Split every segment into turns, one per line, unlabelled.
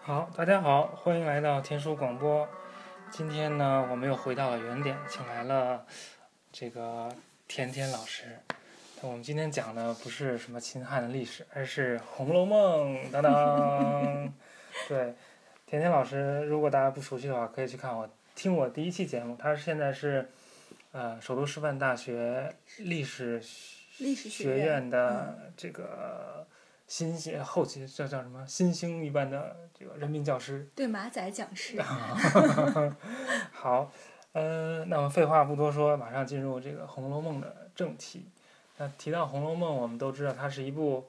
好，大家好，欢迎来到天书广播。今天呢，我们又回到了原点，请来了这个甜甜老师。那我们今天讲的不是什么秦汉的历史，而是《红楼梦》。当当，对，甜甜老师，如果大家不熟悉的话，可以去看我听我第一期节目。他现在是呃首都师范大学历史
历史
学
院，
院的这个新兴后期叫叫什么新星一般的这个人民教 师。
对马仔讲师，
好，呃，那我们废话不多说，马上进入这个《红楼梦》的正题。那提到《红楼梦》，我们都知道它是一部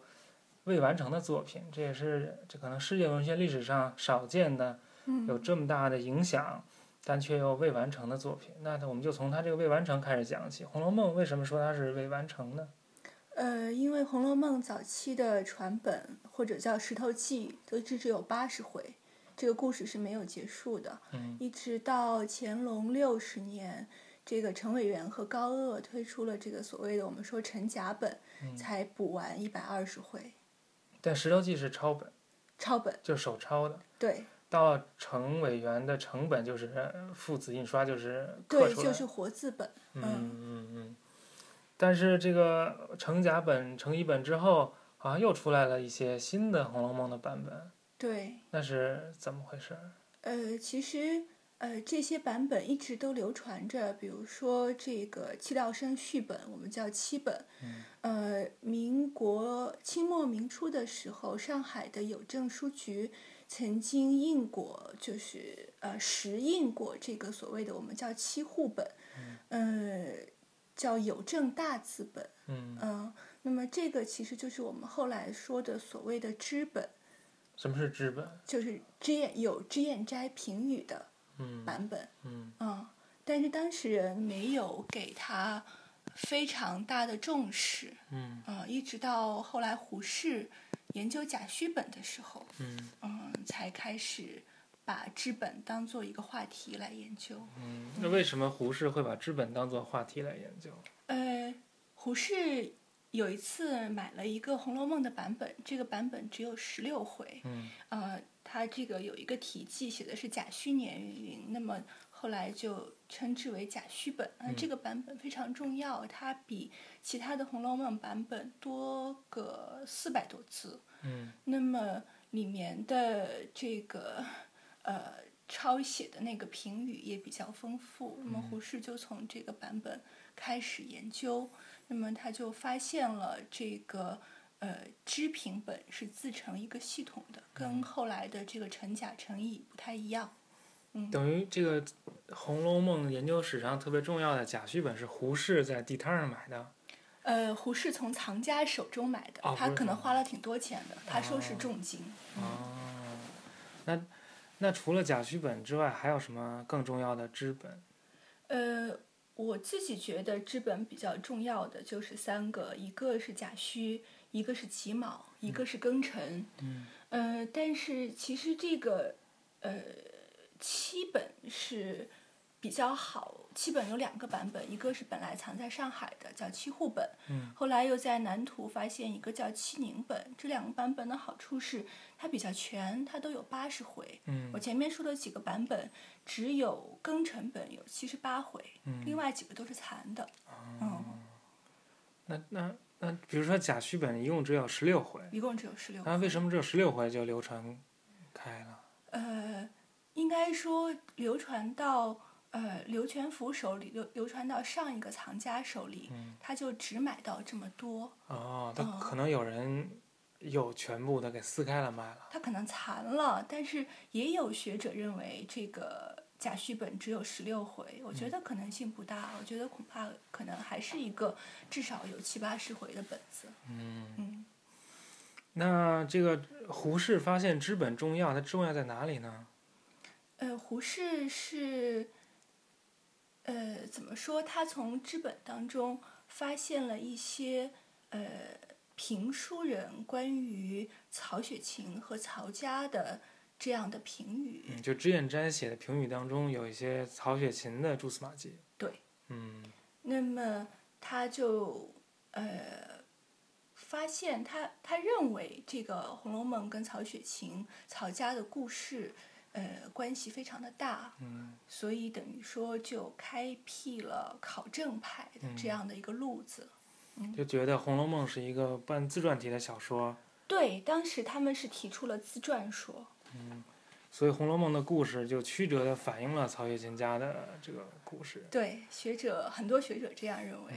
未完成的作品，这也是这可能世界文学历史上少见的有
嗯，
这么大的影响，但却又未完成的作品。那我们就从它这个未完成开始讲起。《红楼梦》为什么说它是未完成呢？
呃，因为《红楼梦》早期的传本或者叫《石头记》，都至只有八十回，这个故事是没有结束的，
嗯
一直到乾隆六十年，这个陈伟元和高鹗推出了这个所谓的我们说陈甲本，
嗯，
才补完一百二十回，
但《石头记》是抄本，
抄本，
就是手抄的。
对
到了成委员的成本就是呃父子印刷，就是刻
对，
出来
就
的。
是活字本，
嗯
嗯
嗯嗯。但是这个成甲本、成乙本之后，好像又出来了一些新的《红楼梦》的版本，
对，
那是怎么回事儿？
呃，其实呃，这些版本一直都流传着，比如说这个七道生续本，我们叫七本。
嗯
呃，民国清末民初的时候，上海的邮政书局曾经印过，就是呃实印过这个所谓的我们叫七户本，呃，叫邮政大字本。
嗯，
嗯、那么这个其实就是我们后来说的所谓的知本。
什么是知本？
就是知燕有知燕斋评语的
嗯
版本，
嗯
嗯，但是当事人没有给他非常大的重视，
嗯
嗯，一直到后来胡适研究甲戌本的时候，
嗯
嗯，才开始把知本当做一个话题来研究。
嗯。那为什么胡适会把知本当做话题来研究？
呃，胡适有一次买了一个《红楼梦》的版本，这个版本只有十六回，
嗯
呃，他这个有一个题记写的是甲戌年云，那么后来就称之为甲戌本。啊、
嗯
这个版本非常重要，它比其他的《红楼梦》版本多个四百多字。
嗯
那么里面的这个呃抄写的那个评语也比较丰富。
嗯
那么胡适就从这个版本开始研究，那么他就发现了这个呃知评本是自成一个系统的，
嗯
跟后来的这个陈甲、陈乙不太一样。
等于这个《红楼梦》研究史上特别重要的甲戌本是胡适在地摊上买的。
呃，胡适从藏家手中买的，
哦
他
不是
可能
藏
花了挺多钱的，他说是重金。
哦，那那除了甲戌本之外，还有什么更重要的知本？
呃，我自己觉得知本比较重要的就是三个，一个是甲戌，一个是己卯，一个是庚辰。
嗯。
呃，但是其实这个呃七本是比较好，七本有两个版本，一个是本来藏在上海的叫七户本，
嗯
后来又在南图发现一个叫七宁本。这两个版本的好处是它比较全，它都有八十回。
嗯
我前面说的几个版本，只有庚辰本有七十八回，
嗯哦
另外几个都是残的。嗯，
那那那，比如说甲戌本一共只有十六回，
一共只有十六。
那为什么只有十六回就流传开了？
呃，应该说流传到呃刘全福手里，流流传到上一个藏家手里，
嗯
他就只买到这么多，
哦，他
哦
可能有人有全部的给撕开了卖了。
他可能残了。但是也有学者认为这个。甲戌本只有十六回，
嗯
我觉得可能性不大。我觉得恐怕可能还是一个至少有七八十回的本子。
嗯，
嗯，
那这个胡适发现知本重要，它重要在哪里呢？
呃，胡适是，呃，怎么说？他从知本当中发现了一些呃评书人关于曹雪芹和曹家的这样的评语。
嗯，就脂砚斋写的评语当中有一些曹雪芹的蛛丝马迹。
对，
嗯
那么他就呃发现他他认为这个《红楼梦》跟曹雪芹、曹家的故事，呃，关系非常的大，
嗯
所以等于说就开辟了考证派的
嗯
这样的一个路子。
就觉得《红楼梦》是一个半自传体的小说，
对，当时他们是提出了自传说，
所以《红楼梦》的故事就曲折地反映了曹雪芹家的这个故事。
对学者很多学者这样认为。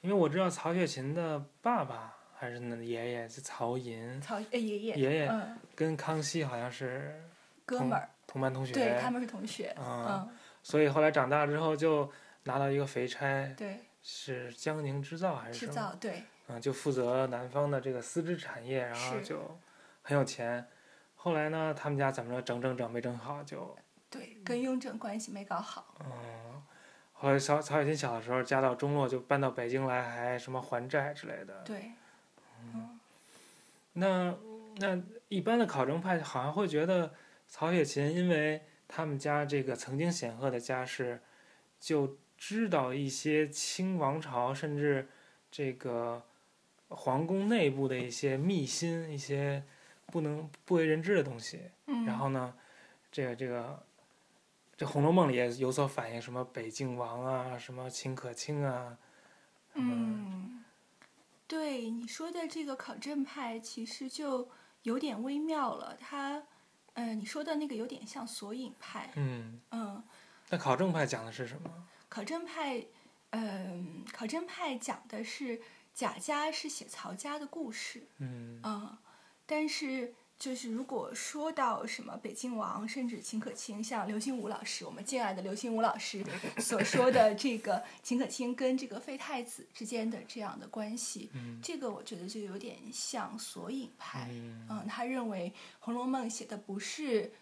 因为我知道曹雪芹的爸爸还是那爷爷是曹寅，
曹呃爷爷，
爷爷
嗯，
跟康熙好像是
哥
同
们儿，
同班同学，
对他们是同学，
啊、
嗯，
所以后来长大之后就拿到一个肥差，
对，
是江宁织造还是
制
什么？
造对，
嗯，就负责南方的这个丝织产业，然后
是
就很有钱。后来呢，他们家怎么着整整整没整好，就
对，跟雍正关系没搞好，
嗯，后来曹曹雪芹小的时候家道中落，就搬到北京来，还什么还债之类的。
对，嗯，
那那一般的考证派好像会觉得曹雪芹，因为他们家这个曾经显赫的家世，就知道一些清王朝甚至这个皇宫内部的一些秘辛，一些不能不为人知的东西。
嗯
然后呢，这个这个。这《红楼梦》里也有所反映，什么北静王啊，什么秦可卿啊，
嗯，对你说的这个考证派，其实就有点微妙了。它，呃，你说的那个有点像索引派。
嗯，
嗯，
那考证派讲的是什么？
考证派，嗯、考证派讲的是贾家是写曹家的故事，
嗯
嗯，但是就是如果说到什么北静王，甚至秦可卿，像刘心武老师，我们敬爱的刘心武老师所说的这个秦可卿跟这个废太子之间的这样的关系，
嗯
这个我觉得就有点像索引派。
嗯
嗯，他认为《红楼梦》写的不是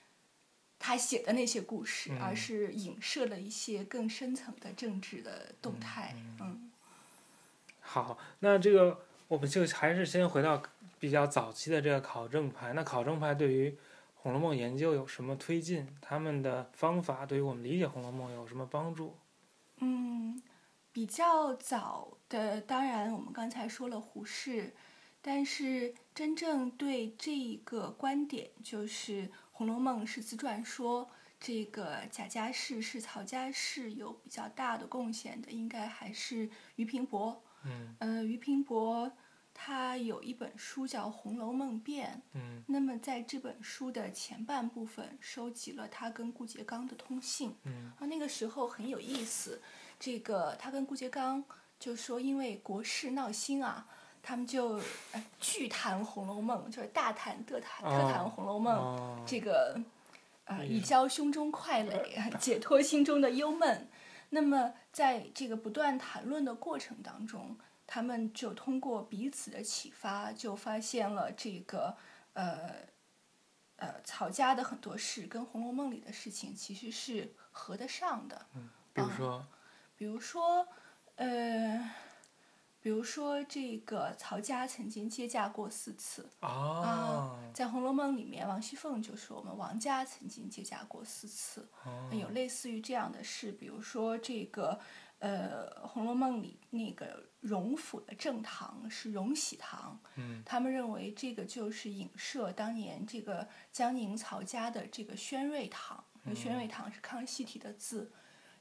他写的那些故事，
嗯
而是影射了一些更深层的政治的动态。嗯
好，那这个我们就还是先回到比较早期的这个考证派。那考证派对于《红楼梦》研究有什么推进？他们的方法对于我们理解《红楼梦》有什么帮助？
嗯，比较早的，当然我们刚才说了胡适，但是真正对这一个观点，就是《红楼梦》是自传说。这个贾家氏是曹家氏有比较大的贡献的，应该还是俞平伯
嗯
呃，俞平伯他有一本书叫《红楼梦变》，
嗯
那么在这本书的前半部分收集了他跟顾颉刚的通信。
嗯
啊，那个时候很有意思，这个他跟顾颉刚就说，因为国事闹心啊。他们就呃巨谈《红楼梦》，就是大谈特谈特谈《
哦
红楼梦》
哦，
这个啊，
嗯
以交胸中快垒， 解脱心中的忧闷。那么，在这个不断谈论的过程当中，他们就通过彼此的启发，就发现了这个呃呃曹家的很多事跟《红楼梦》里的事情其实是合得上的。
嗯比如说，
比如说，呃，比如说这个曹家曾经接驾过四次，
哦
在《红楼梦》里面，王熙凤就说我们王家曾经接驾过四次，
哦
有类似于这样的事，比如说这个，呃，《红楼梦》里那个荣府的正堂是荣禧堂，
嗯
他们认为这个就是影射当年这个江宁曹家的这个宣瑞堂，那宣瑞堂是康熙体的字，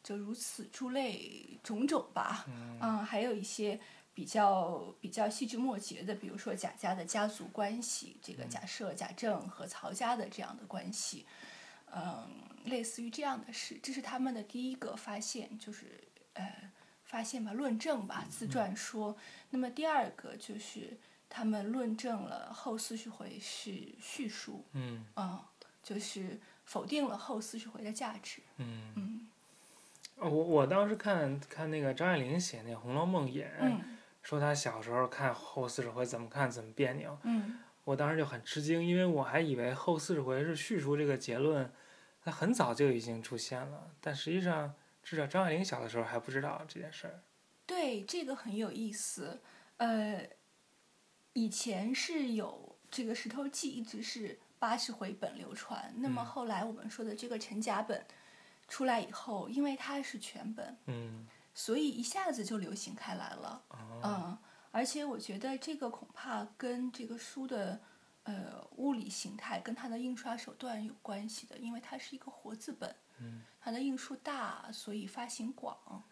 就如此诸类种种吧。嗯，还有一些比较比较细枝末节的，比如说贾家的家族关系，这个贾赦、贾政和曹家的这样的关系，嗯，类似于这样的事，这是他们的第一个发现，就是呃。发现吧，论证吧，自传说。那么第二个就是他们论证了后四十回是叙述，
嗯
嗯，就是否定了后四十回的价值。
嗯，
嗯
哦我我当时看看那个张爱玲写那《红楼梦演》
嗯
说她小时候看后四十回怎么看怎么别扭，
嗯
我当时就很吃惊，因为我还以为后四十回是叙述这个结论，它很早就已经出现了，但实际上至少张爱玲小的时候还不知道这件事儿。
对，这个很有意思。呃，以前是有这个《石头记》，一直是八十回本流传。那么
嗯
后来我们说的这个陈甲本出来以后，因为它是全本，
嗯，
所以一下子就流行开来了。
哦，
嗯，而且我觉得这个恐怕跟这个书的呃物理形态跟它的印刷手段有关系的，因为它是一个活字本，
嗯
它的印数大，所以发行广，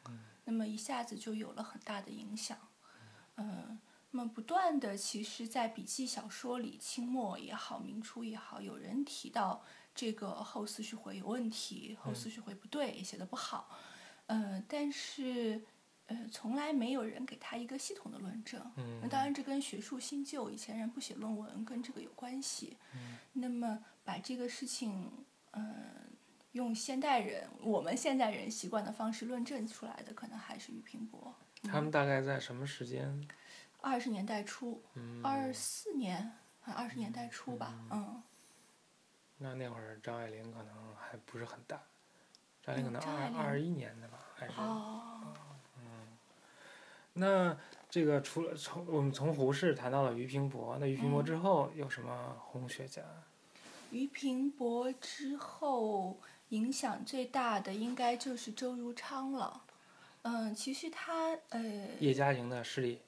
那么一下子就有了很大的影响。嗯，那么不断的，其实，在笔记小说里，清末也好，明初也好，有人提到这个后四十回有问题，后四十回不对，写的不好。呃，但是呃，从来没有人给他一个系统的论证。那
嗯
当然，这跟学术新旧，以前人不写论文，跟这个有关系。那么把这个事情，嗯、用现代人我们现代人习惯的方式论证出来的，可能还是俞平伯。
他
嗯
们大概在什么时间？
二十年代初，
嗯，
二四年，二十年代初吧，嗯，
那那会儿张爱玲可能还不是很大，张爱玲可能
嗯张爱
二
玲
二一年的吧，还是
哦，
嗯那这个除了从我们从胡适谈到了俞平伯，那俞平伯
嗯
之后有什么红学家？
俞平伯之后影响最大的应该就是周如昌了。嗯，其实他呃，
叶嘉莹的师弟，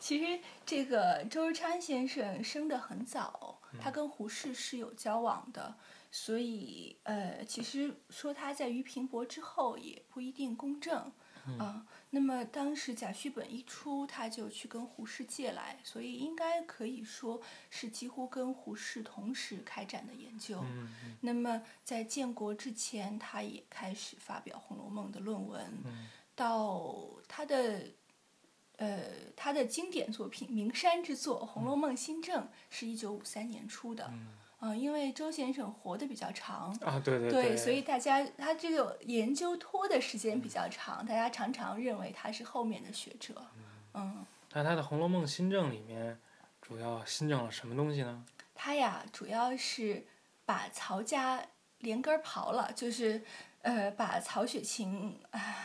其实这个周日昌先生生得很早，他跟胡适是有交往的，所以呃，其实说他在俞平伯之后也不一定公正啊、那么当时贾旭本一出，他就去跟胡适借来，所以应该可以说是几乎跟胡适同时开展的研究。
嗯嗯
那么在建国之前，他也开始发表《红楼梦》的论文，
嗯
到他的呃他的经典作品《名山之作》《红楼梦新政》是一九五三年出的，嗯、因为周先生活得比较长。
啊，对对
对，嗯所以大家他这个研究拖的时间比较长，大家常常认为他是后面的学者。嗯，
那他的《红楼梦新政》里面主要新政了什么东西呢？
他呀，主要是把曹家连根儿刨了，就是呃，把曹雪芹啊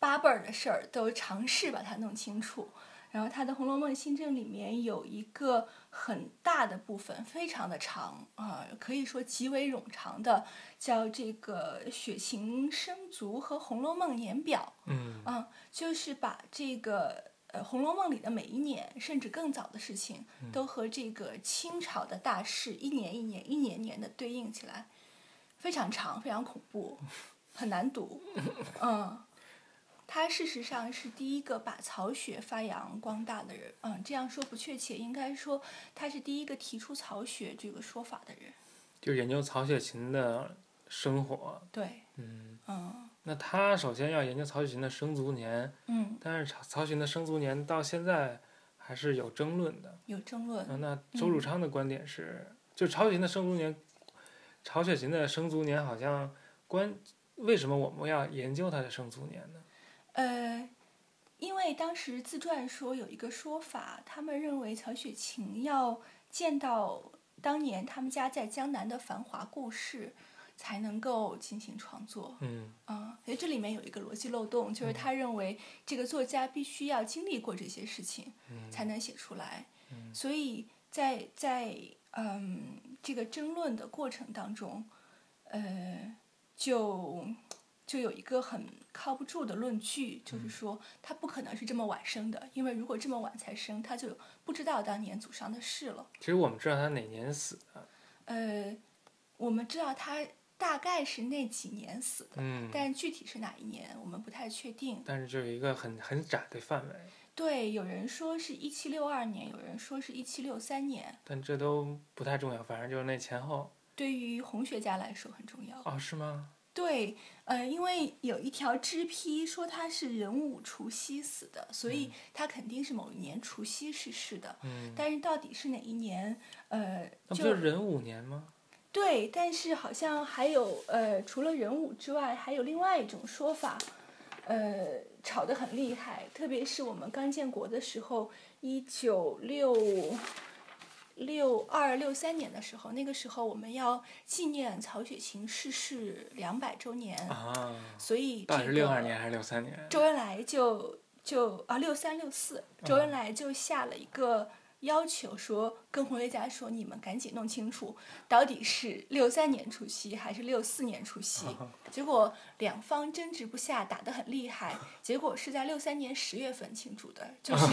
八辈儿的事儿都尝试把它弄清楚。然后他的《红楼梦新政》里面有一个很大的部分，非常的长啊、可以说极为冗长的，叫这个雪芹生卒和《红楼梦年表》。
嗯
嗯，就是把这个呃《红楼梦》里的每一年，甚至更早的事情，都和这个清朝的大事一年一年、一年年的对应起来，非常长，非常恐怖，很难读。嗯，他事实上是第一个把曹雪发扬光大的人。嗯，这样说不确切，应该说他是第一个提出曹雪这个说法的人。
就研究曹雪芹的生活。
对，
嗯，
嗯
那他首先要研究曹雪芹的生卒年，
嗯，
但是曹曹雪芹的生卒年到现在还是有争论的。
有争论。
啊那周汝昌的观点是，就曹雪芹的生卒年，曹雪芹的生卒年好像关为什么我们要研究他的生卒年呢？
呃，因为当时自传说有一个说法，他们认为曹雪芹要见到当年他们家在江南的繁华故事，才能够进行创作。
嗯
啊、所以这里面有一个逻辑漏洞，就是他认为这个作家必须要经历过这些事情，
嗯
才能写出来。所以在在嗯这个争论的过程当中，呃，就就有一个很靠不住的论据，就是说他不可能是这么晚生的，因为如果这么晚才生，他就不知道当年祖上的事了。
其实我们知道他哪年死的，
呃，我们知道他大概是那几年死的。
嗯，
但具体是哪一年，我们不太确定。
但是就有一个很很窄的范围，
对，有人说是一七六二年，有人说是一七六三年。
但这都不太重要，反正就是那前后。
对于红学家来说很重要。
哦，是吗？
对，呃，因为有一条支批说他是壬午除夕死的，所以他肯定是某一年除夕逝世的。
嗯，
但是到底是哪一年，呃，
那不
就
就是壬午年吗？
对，但是好像还有呃，除了壬午之外，还有另外一种说法，呃，吵得很厉害。特别是我们刚建国的时候，一九六六二六三年的时候，那个时候我们要纪念曹雪芹逝世两百周年，
啊，
所以这
到底是六二
个
年还是六三年？嗯
周恩来就就啊六三六四，周恩来就下了一个要求说跟红学家说，你们赶紧弄清楚到底是六三年除夕还是六四年 除夕。结果两方争执不下，打得很 厉害，结果是在六三年十月份庆祝的，就是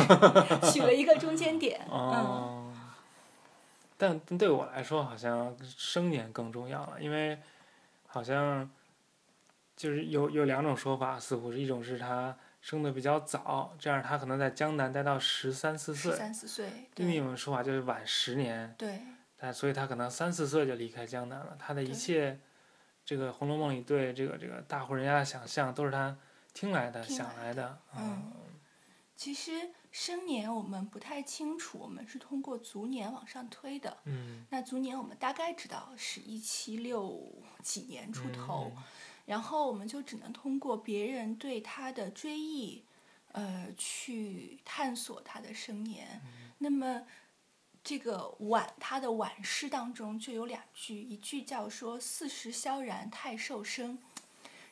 取了一个中间点。嗯，
哦，但但对我来说，好像生年更重要了，因为好像就是有有两种说法，似乎是一种是他生的比较早，这样他可能在江南待到十三四岁
嗯十；三四岁，
另一
对
种说法就是晚十年，
对
但所以他可能三四岁就离开江南了。他的一
对
切，这个《红楼梦》里对这个这个大户人家的想象，都是他听来的、
听
想
来
来的。
嗯，其实生年我们不太清楚，我们是通过卒年往上推的。
嗯，
那卒年我们大概知道是一七六几年出头，
嗯
然后我们就只能通过别人对他的追忆，呃，去探索他的生年。
嗯
那么，这个晚他的晚诗当中就有两句，一句叫说“四十萧然太瘦身”，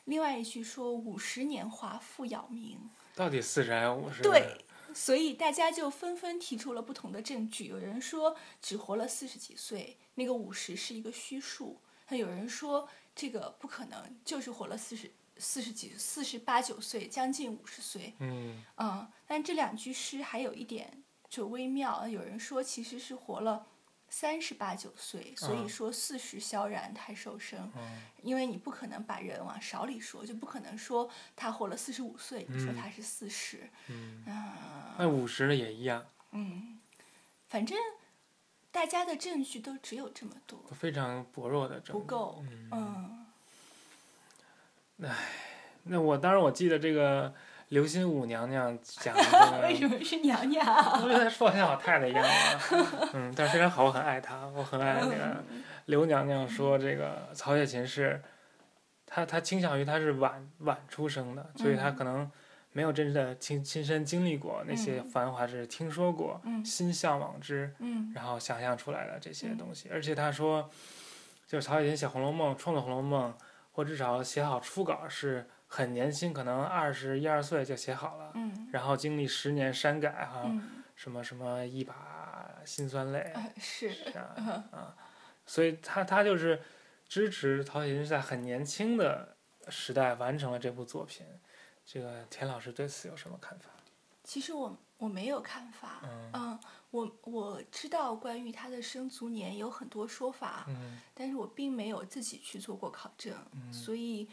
另外一句说“五十年华复杳明”。
到底四十还是五十？
对，所以大家就纷纷提出了不同的证据。有人说只活了四十几岁，那个五十是一个虚数；那有人说这个不可能，就是活了四十四十几、四十八九岁，将近五十岁。
嗯。
嗯，但这两句诗还有一点就微妙，有人说其实是活了。三十八九岁，所以
嗯
说四十萧然太瘦身，
嗯
因为你不可能把人往少里说，就不可能说他活了四十五岁，你说
嗯
他是四十、
嗯，
啊，
那五十的也一样，
嗯，反正大家的证据都只有这么多，
都非常薄弱的证
不
据。
够。
嗯
嗯，
那我当然我记得这个刘心武娘娘讲的这个，
嗯 为什么是娘娘？
因为她说得像我太太一样啊。嗯，但是非常好，我很爱她，我很爱那个 刘娘娘说这个曹雪芹是，她她倾向于她是晚晚出生的，所以她
嗯
可能没有真正的亲亲身经历过那些
嗯
繁华，只是听说过，
嗯
心向往之。
嗯
然后想象出来的这些
嗯
东西。而且他说，就是曹雪芹写《红楼梦》，创作《红楼梦》，或至少写好初稿是很年轻，可能二十一二岁就写好了，
嗯
然后经历十年删改哈，
嗯，
什么什么一把辛酸泪
呃是，
啊啊，所以他他就是支持曹雪芹在很年轻的时代完成了这部作品。这个田老师对此有什么看法？
其实我我没有看法。
嗯
嗯，我我知道关于他的生卒年有很多说法，
嗯
但是我并没有自己去做过考证，所以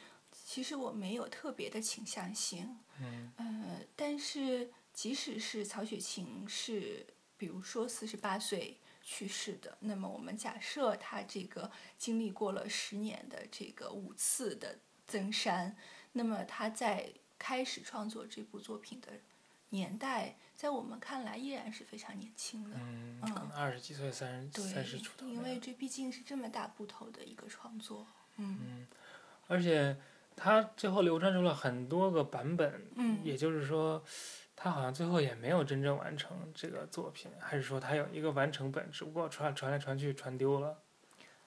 其实我没有特别的倾向性。
嗯
呃，但是即使是曹雪芹是，比如说四十八岁去世的，那么我们假设他这个经历过了十年的这个五次的增删，那么他在开始创作这部作品的年代，在我们看来依然是非常年轻的。
嗯，
嗯
可能二十几岁、三十三十出头
对，
那样，
因为这毕竟是这么大部头的一个创作。嗯
嗯，而且它最后流传出了很多个版本，
嗯
也就是说，它好像最后也没有真正完成这个作品，还是说它有一个完成本，只不过传传来传去传丢了。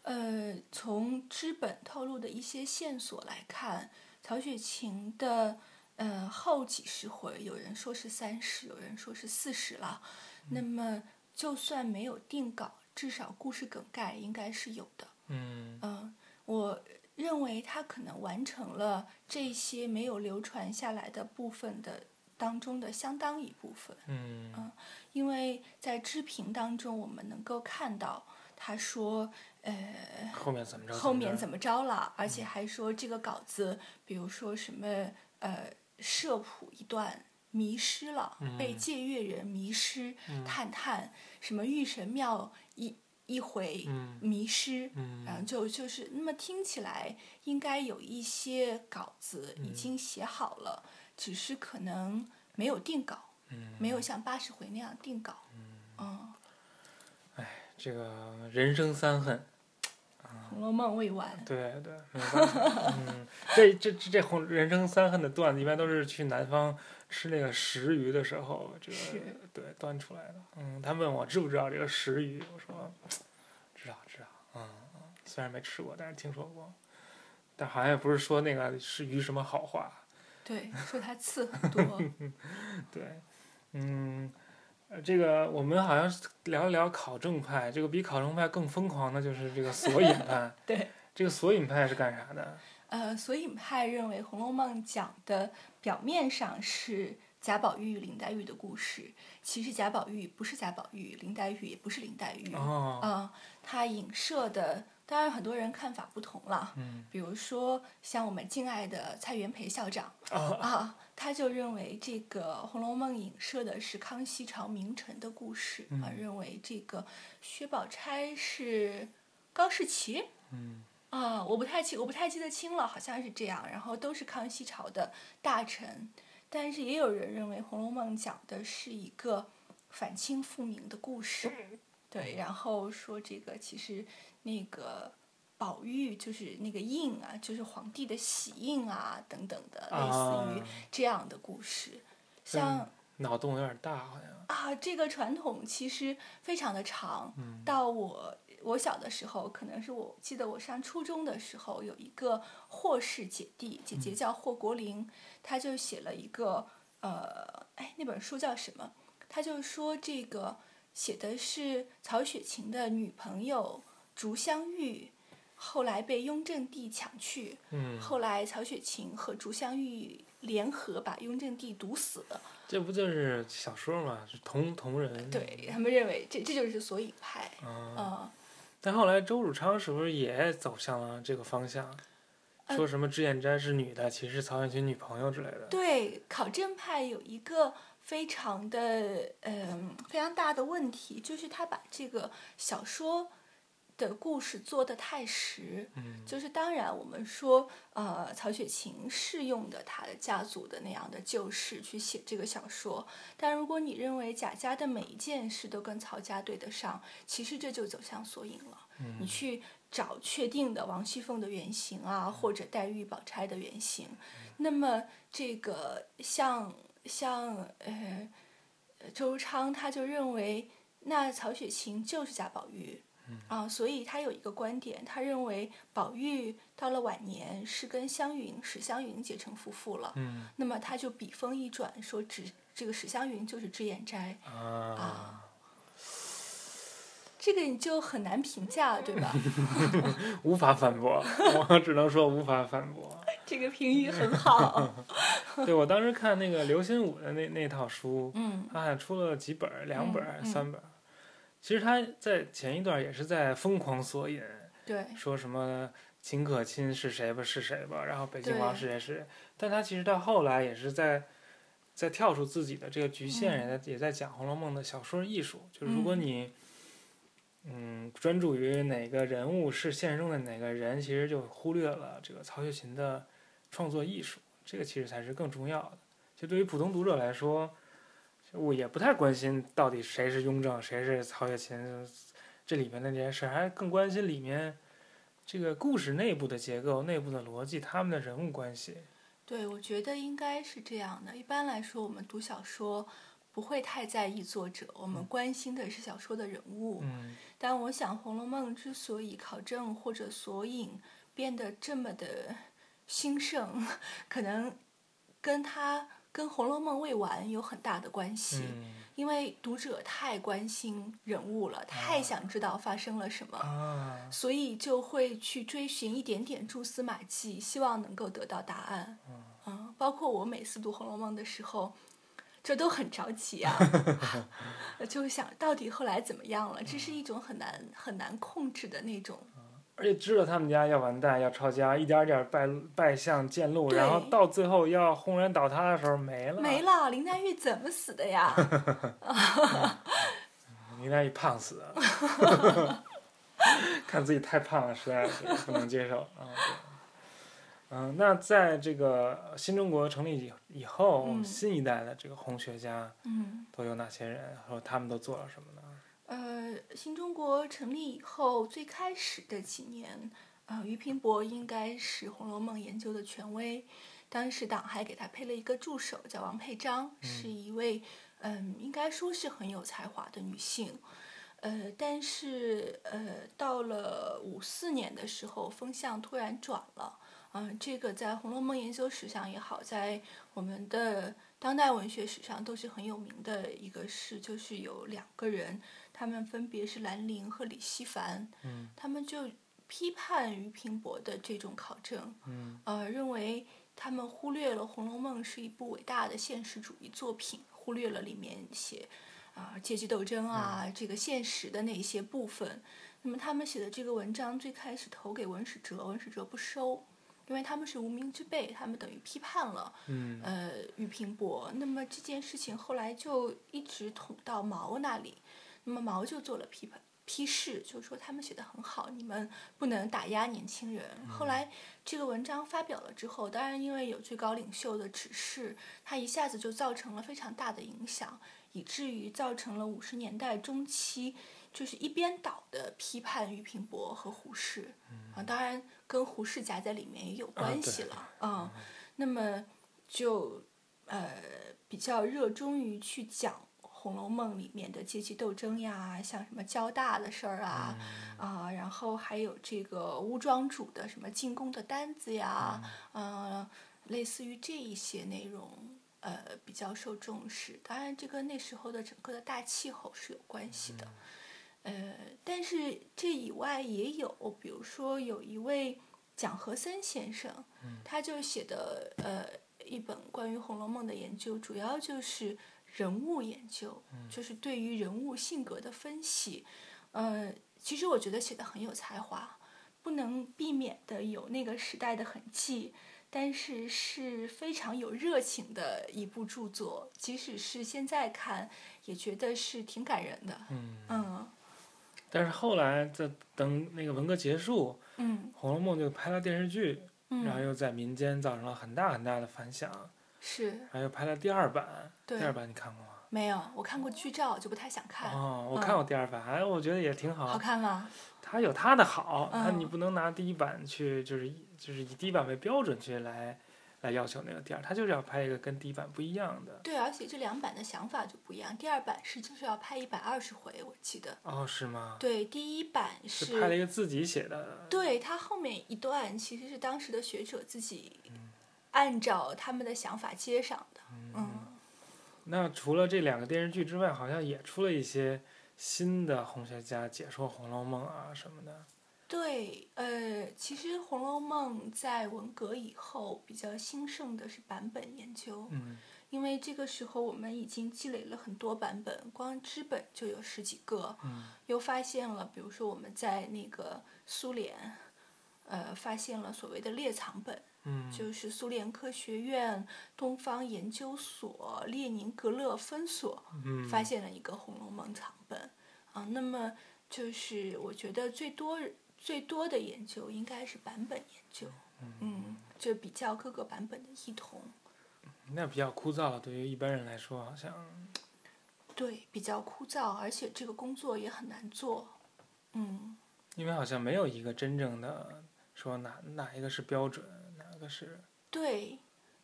呃，从知本透露的一些线索来看，曹雪芹的呃后几十回，有人说是三十，有人说是四十了。那么就算没有定稿，至少故事梗概应该是有的。
嗯
嗯，我认为他可能完成了这些没有流传下来的部分的当中的相当一部分。
嗯
因为在知评当中，我们能够看到他说，呃，
后嗯面怎么着？
后面怎
么
么着了，而且还说这个稿子，比如说什么呃社谱一段迷失了，被
嗯
借阅人迷失，
嗯
探探什么玉神庙一一回
着？嗯
迷失，然后
嗯
就就是那么听起来应该有一些稿子已
嗯
经写好了，只是可能没有定稿，
嗯，
没有像八十回那样定稿，嗯，
这个人生三恨。
《红楼梦》未 完，
对对，没办法。嗯，这这这这红人生三恨的段子，一般都是去南方吃那个石鱼的时候，这个
是
对端出来的。嗯，他问我知不知道这个石鱼，我说知道知道，嗯，嗯虽然没吃过，但是听说过。但好像也不是说那个是鱼什么好话，
对，说它刺很多，。
对，嗯，呃这个我们好像是聊一聊考证派，这个比考证派更疯狂的就是这个索引派
对，
这个索引派是干啥的？
呃，索引派认为《红楼梦》讲的表面上是贾宝玉、林黛玉的故事，其实贾宝玉不是贾宝玉，林黛玉也不是林黛玉。
哦，
嗯，它影射的，当然很多人看法不同了。
嗯，
比如说像我们敬爱的蔡元培校长
哦，
啊，他就认为这个《红楼梦》影射的是康熙朝名臣的故事啊，
嗯
认为这个薛宝钗是高士奇，
嗯，
啊、我不太记，我不太记得清了，好像是这样。然后都是康熙朝的大臣，但是也有人认为《红楼梦》讲的是一个反清复明的故事，对。然后说这个其实那个宝玉就是那个印啊，就是皇帝的玺印啊等等的，类似于
啊
这样的故事，像。
脑洞有点大，好像。
啊，这个传统其实非常的长。
嗯
到我我小的时候，可能是我记得我上初中的时候，有一个霍氏姐弟，姐
嗯
姐叫霍国玲，她就写了一个呃，哎，那本书叫什么？她就说这个写的是曹雪芹的女朋友竹香玉，后来被雍正帝抢去，
嗯，
后来曹雪芹和竹香玉联合把雍正帝毒死了。
这不就是小说嘛，是同同人。。
对他们认为这这就是索引派，
啊、
呃，
但后来周汝昌是不是也走向了这个方向？
呃
说什么脂砚斋是女的，其实是曹雪芹女朋友之类的。
对考证派有一个非常的嗯、非常大的问题，就是他把这个小说的故事做得太实，
嗯
就是当然，我们说，呃，曹雪芹是用的他的家族的那样的旧事去写这个小说，但如果你认为贾家的每一件事都跟曹家对得上，其实这就走向索引了。你去找确定的王熙凤的原型啊，或者黛玉、宝钗的原型，那么这个像像呃周如昌他就认为，那曹雪芹就是贾宝玉。啊，所以他有一个观点，他认为宝玉到了晚年是跟湘云、史湘云结成夫妇了，
嗯
那么他就笔锋一转，说只这个史湘云就是脂砚斋，
啊，
这个你就很难评价，对吧？
无法反驳， 我只能说无法反驳。
这个评语很好，
对我当时看那个刘心武的那那套书，
嗯
他好像出了几本儿，两本儿、
嗯嗯
三本儿。其实他在前一段也是在疯狂索引，
对，
说什么秦可卿是谁吧是谁吧，然后北京王
对
是谁是谁。但他其实到后来也是在在跳出自己的这个局限，也在、也在讲《红楼梦》的小说艺术。就是如果
嗯
你嗯专注于哪个人物是现实中的哪个人，其实就忽略了这个曹雪芹的创作艺术，这个其实才是更重要的。就对于普通读者来说，我也不太关心到底谁是雍正，谁是曹雪芹，这里面的这些事儿，还更关心里面这个故事内部的结构、内部的逻辑、他们的人物关系。
对，我觉得应该是这样的。一般来说，我们读小说不会太在意作者，我们关心的是小说的人物。
嗯
但我想，《红楼梦》之所以考证或者索引变得这么的兴盛，可能跟它跟《红楼梦》未完有很大的关系。
嗯
因为读者太关心人物了，太想知道发生了什么，
啊，
所以就会去追寻一点点蛛丝马迹，希望能够得到答案。嗯，包括我每次读《红楼梦》的时候，这都很着急啊，就想到底后来怎么样了？这是一种很难很难控制的那种。
而且知道他们家要完蛋、要抄家，一点儿点儿败败相见露，
对
然后到最后要轰然倒塌的时候没了，
没
了，
了，林黛玉怎么死的呀？
林黛玉胖死的， 看自己太胖了，实在是不能接受啊。对嗯，那在这个新中国成立以以后，
嗯
新一代的这个红学家
嗯，
都有哪些人，或者他们都做了什么呢？
呃，新中国成立以后，最开始的几年，呃，俞平伯应该是《红楼梦》研究的权威。当时党还给他配了一个助手，叫王佩章，是一位嗯，应该说是很有才华的女性。呃，但是呃，到了五四年的时候，风向突呃然转了。嗯、这个在《红楼梦》研究史上也好，在我们的当代文学史上都是很有名的一个事，就是有两个人，他们分别是兰陵和李希凡，
嗯
他们就批判俞平伯的这种考证，
嗯
呃，认为他们忽略了《红楼梦》是一部伟大的现实主义作品，忽略了里面写啊、阶级斗争啊、
嗯
这个现实的那些部分。那么他们写的这个文章最开始投给文史哲，文史哲不收，因为他们是无名之辈，他们等于批判了
嗯
呃俞平伯。那么这件事情后来就一直捅到毛那里，那么毛就做了批判。批示就说他们写的很好，你们不能打压年轻人。后来这个文章发表了之后，当然因为有最高领袖的指示，它一下子就造成了非常大的影响，以至于造成了五十年代中期就是一边倒的批判俞平伯和胡适。啊，当然跟胡适夹在里面也有关系了啊、那么就呃比较热衷于去讲《红楼梦》里面的阶级斗争呀，像什么交大的事儿啊
嗯
啊、然后还有这个乌庄主的什么进贡的单子呀，呃，类似于这一些内容。呃，比较受重视，当然这跟那时候的整个的大气候是有关系的。呃，但是这以外也有，比如说有一位蒋和森先生，他就写的呃一本关于《红楼梦》的研究，主要就是人物研究，就是对于人物性格的分析。呃，其实我觉得写的很有才华，不能避免的有那个时代的痕迹。但是是非常有热情的一部著作，即使是现在看，也觉得是挺感人的。
嗯。
嗯
但是后来在等那个文革结束，
嗯
《红楼梦》就拍了电视剧，然后
嗯，
又在民间造成了很大很大的反响，
是
还有拍了第二版。
对
第二版你看过吗？
没有，我看过剧照就不太想看，
哦，我
嗯
看过第二版，哎，我觉得也挺
好
好。
看吗？
它有它的好，
嗯
它你不能拿第一版去，就是以就是以第一版为标准去来来要求那个第二，它就是要拍一个跟第一版不一样的。
对，而且这两版的想法就不一样。第二版是就是要拍一百二十回，我记得。
哦，是吗？
对，第一版
是拍了
是，
一个自己写的。
对他后面一段其实是当时的学者自己按照他们的想法接上的。嗯，
那除了这两个电视剧之外，好像也出了一些新的红学家解说《红楼梦》啊什么的。
对，呃，其实《红楼梦》在文革以后比较兴盛的是版本研究。
嗯
因为这个时候我们已经积累了很多版本，光知本就有十几个，
嗯
又发现了，比如说我们在那个苏联，呃，发现了所谓的列藏本，
嗯
就是苏联科学院东方研究所列宁格勒分所
嗯，
发现了一个《红楼梦》藏本啊。那么就是我觉得最多最多的研究应该是版本研究，嗯，就比较各个版本的异同。
那比较枯燥了，对于一般人来说，好像
对，比较枯燥，而且这个工作也很难做。嗯，
因为好像没有一个真正的说哪哪一个是标准，哪个是
对，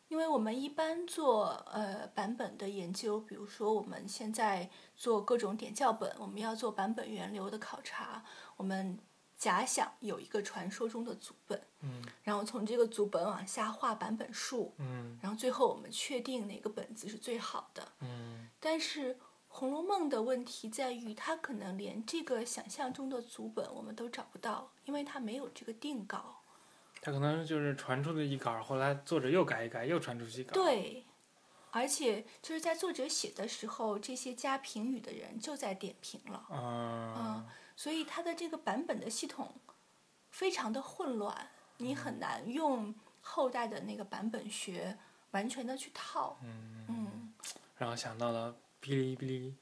因为我们一般做呃版本的研究，比如说我们现在做各种点校本，我们要做版本源流的考察，我们假想有一个传说中的组本，
嗯
然后从这个组本往下画版本数，
嗯
然后最后我们确定哪个本子是最好的。
嗯
但是《红楼梦》的问题在于，它可能连这个想象中的祖本我们都找不到，因为它没有这个定稿。
他可能就是传出的一稿，后来作者又改一改，又传出去一稿。，
对，而且就是在作者写的时候，这些加评语的人就在点评了，
嗯
嗯，所以它的这个版本的系统非常的混乱，你很难用后代的那个版本学完全的去套。
嗯，
嗯。
然后想到了哔哩哔哩，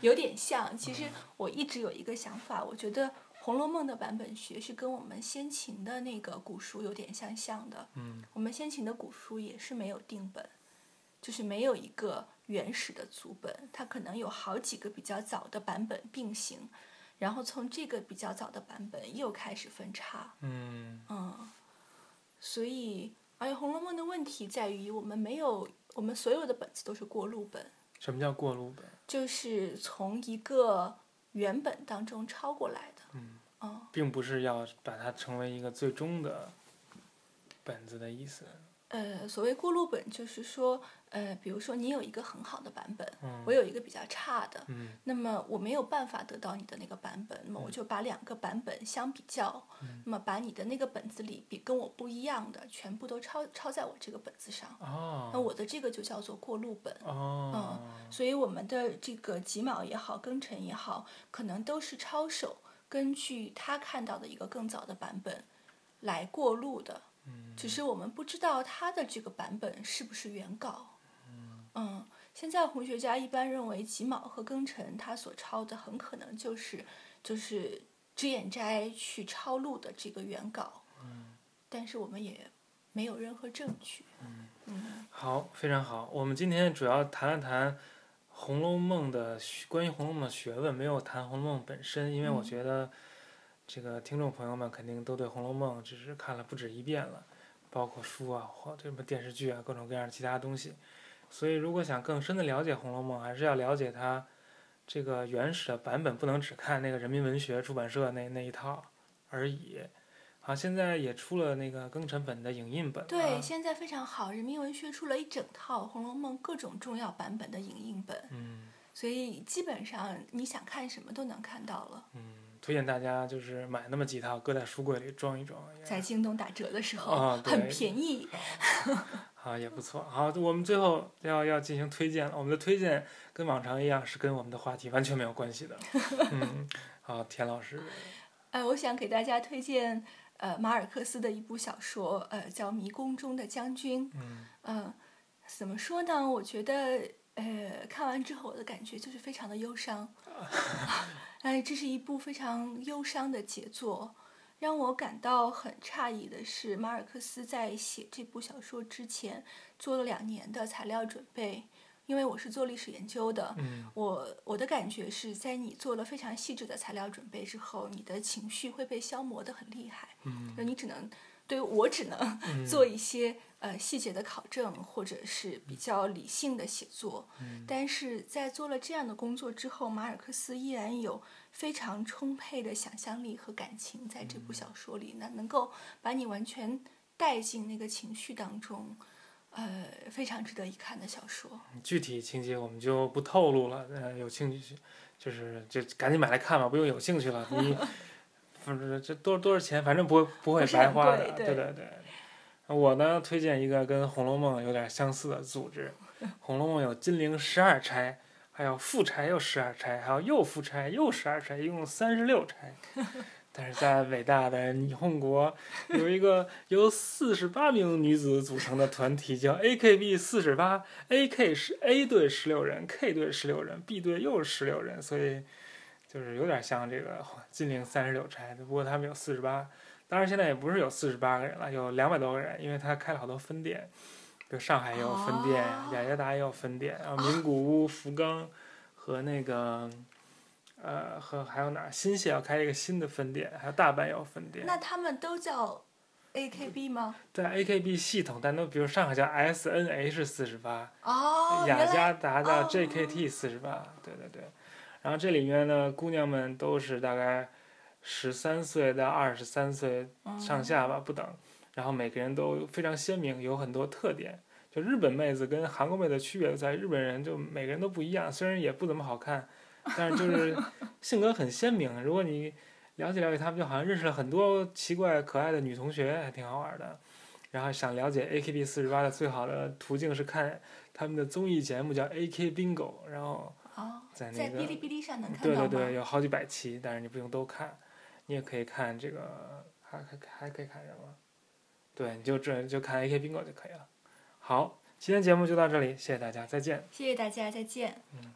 有点像。其实我一直有一个想法，我觉得《红楼梦》的版本学是跟我们先秦的那个古书有点相像的。
嗯
我们先秦的古书也是没有定本，就是没有一个原始的族本，它可能有好几个比较早的版本并行，然后从这个比较早的版本又开始分叉。
嗯
嗯，所以而且《红楼梦》的问题在于我们没有，我们所有的本子都是过路本。
什么叫过路本？
就是从一个原本当中抄过来的。
嗯
嗯，
并不是要把它成为一个最终的本子的意思。
呃，所谓过路本就是说，呃，比如说你有一个很好的版本，
嗯
我有一个比较差的，
嗯
那么我没有办法得到你的那个版本，那么我就把两个版本相比较，那么把你的那个本子里比跟我不一样的全部都抄抄在我这个本子上，那
哦
我的这个就叫做过路本。嗯
哦
所以我们的这个集卯也好，庚辰也好，可能都是抄手根据他看到的一个更早的版本来过录的，
嗯
只是我们不知道他的这个版本是不是原稿。嗯，现在红学家一般认为己卯和庚辰他所抄的很可能就是就是脂砚斋去抄录的这个原稿，
嗯
但是我们也没有任何证据。嗯
好，非常好。我们今天主要谈了谈《红楼梦》的学关于《红楼梦》的学问，没有谈《红楼梦》本身，因为我
嗯
觉得这个听众朋友们肯定都对《红楼梦》只是看了不止一遍了，包括书啊或这什么电视剧啊各种各样的其他东西。所以，如果想更深的了解《红楼梦》，还是要了解它这个原始的版本，不能只看那个人民文学出版社那那一套而已。好，现在也出了那个庚辰本的影印本了啊、
对，现在非常好，人民文学出了一整套《红楼梦》各种重要版本的影印本，
嗯。
所以基本上你想看什么都能看到了。
嗯，推荐大家就是买那么几套，搁在书柜里装一装，也
在京东打折的时候、
啊对
很便宜，
啊也不错。好，我们最后要要进行推荐了。我们的推荐跟往常一样，是跟我们的话题完全没有关系的。嗯， 好，田老师，
呃，我想给大家推荐呃马尔克斯的一部小说，呃叫《迷宫中的将军》。
嗯
呃，怎么说呢？我觉得呃看完之后我的感觉就是非常的 忧伤。哎，这是一部非常忧伤的杰作。让我感到很诧异的是，马尔克斯在写这部小说之前做了两年的材料准备，因为我是做历史研究的，
嗯
我我的感觉是在你做了非常细致的材料准备之后，你的情绪会被消磨得很厉害，
嗯
就你只能对我只能
嗯
做一些、呃细节的考证，或者是比较理性的写作。
嗯
但是在做了这样的工作之后，马尔克斯依然有非常充沛的想象力和感情在这
嗯
部小说里，那能够把你完全带进那个情绪当中，呃，非常值得一看的小说。
具体情节我们就不透露了。呃，有兴趣就是就赶紧买来看吧，不用有兴趣了。你不是这多多少钱，反正不会不会
不是
白
很
花的
贵。对
对对我呢，推荐一个跟《红楼梦》有点相似的组织，《红楼梦》有金陵十二钗，还有副钗又十二钗，还有又副钗又十二钗，一共三十六钗。 但是在伟大的霓虹国，有一个由四十八名女子组成的团体，叫 AKB 四十八，AK 是 A 队十六人，K 队十六人，B 队又是十六人，所以就是有点像这个 金陵三十六钗，不过他们有四十八。当然，现在也不是有四十八个人了，有两百多个人，因为他开了好多分店，比如上海也有分店呀，
哦
雅加达也有分店，然后名古屋、福冈和那个呃和还有哪儿新泻要开一个新的分店，还有大阪也有分店。
那他们都
嗯
叫 AKB 吗？
在 AKB 系统，但都比如上海叫 SNH 四十八，
哦，原
雅
来
加达的
哦
JKT 四十八，对对对。然后这里面呢，姑娘们都是大概十三岁到二十三岁
哦
上下吧，不等。然后每个人都非常鲜明，有很多特点。就日本妹子跟韩国妹子区别在，日本人就每个人都不一样，虽然也不怎么好看，但是就是 性格很鲜明。如果你了解了解他们，就好像认识了很多奇怪可爱的女同学，还挺好玩的。然后想了解 AKB 四十八的最好的途径是看他们的综艺节目叫 AK Bingo，然后
哦，
在那
在
个嗯
哔哩哔哩上能看
对
到
对
吗？
对，有好几百期，但是你不用都看，你也可以看这个，还还还可以看什么？对，你就这就看 AK Bingo 就可以了。好，今天节目就到这里，谢谢大家，再见。
谢谢大家，再见。
嗯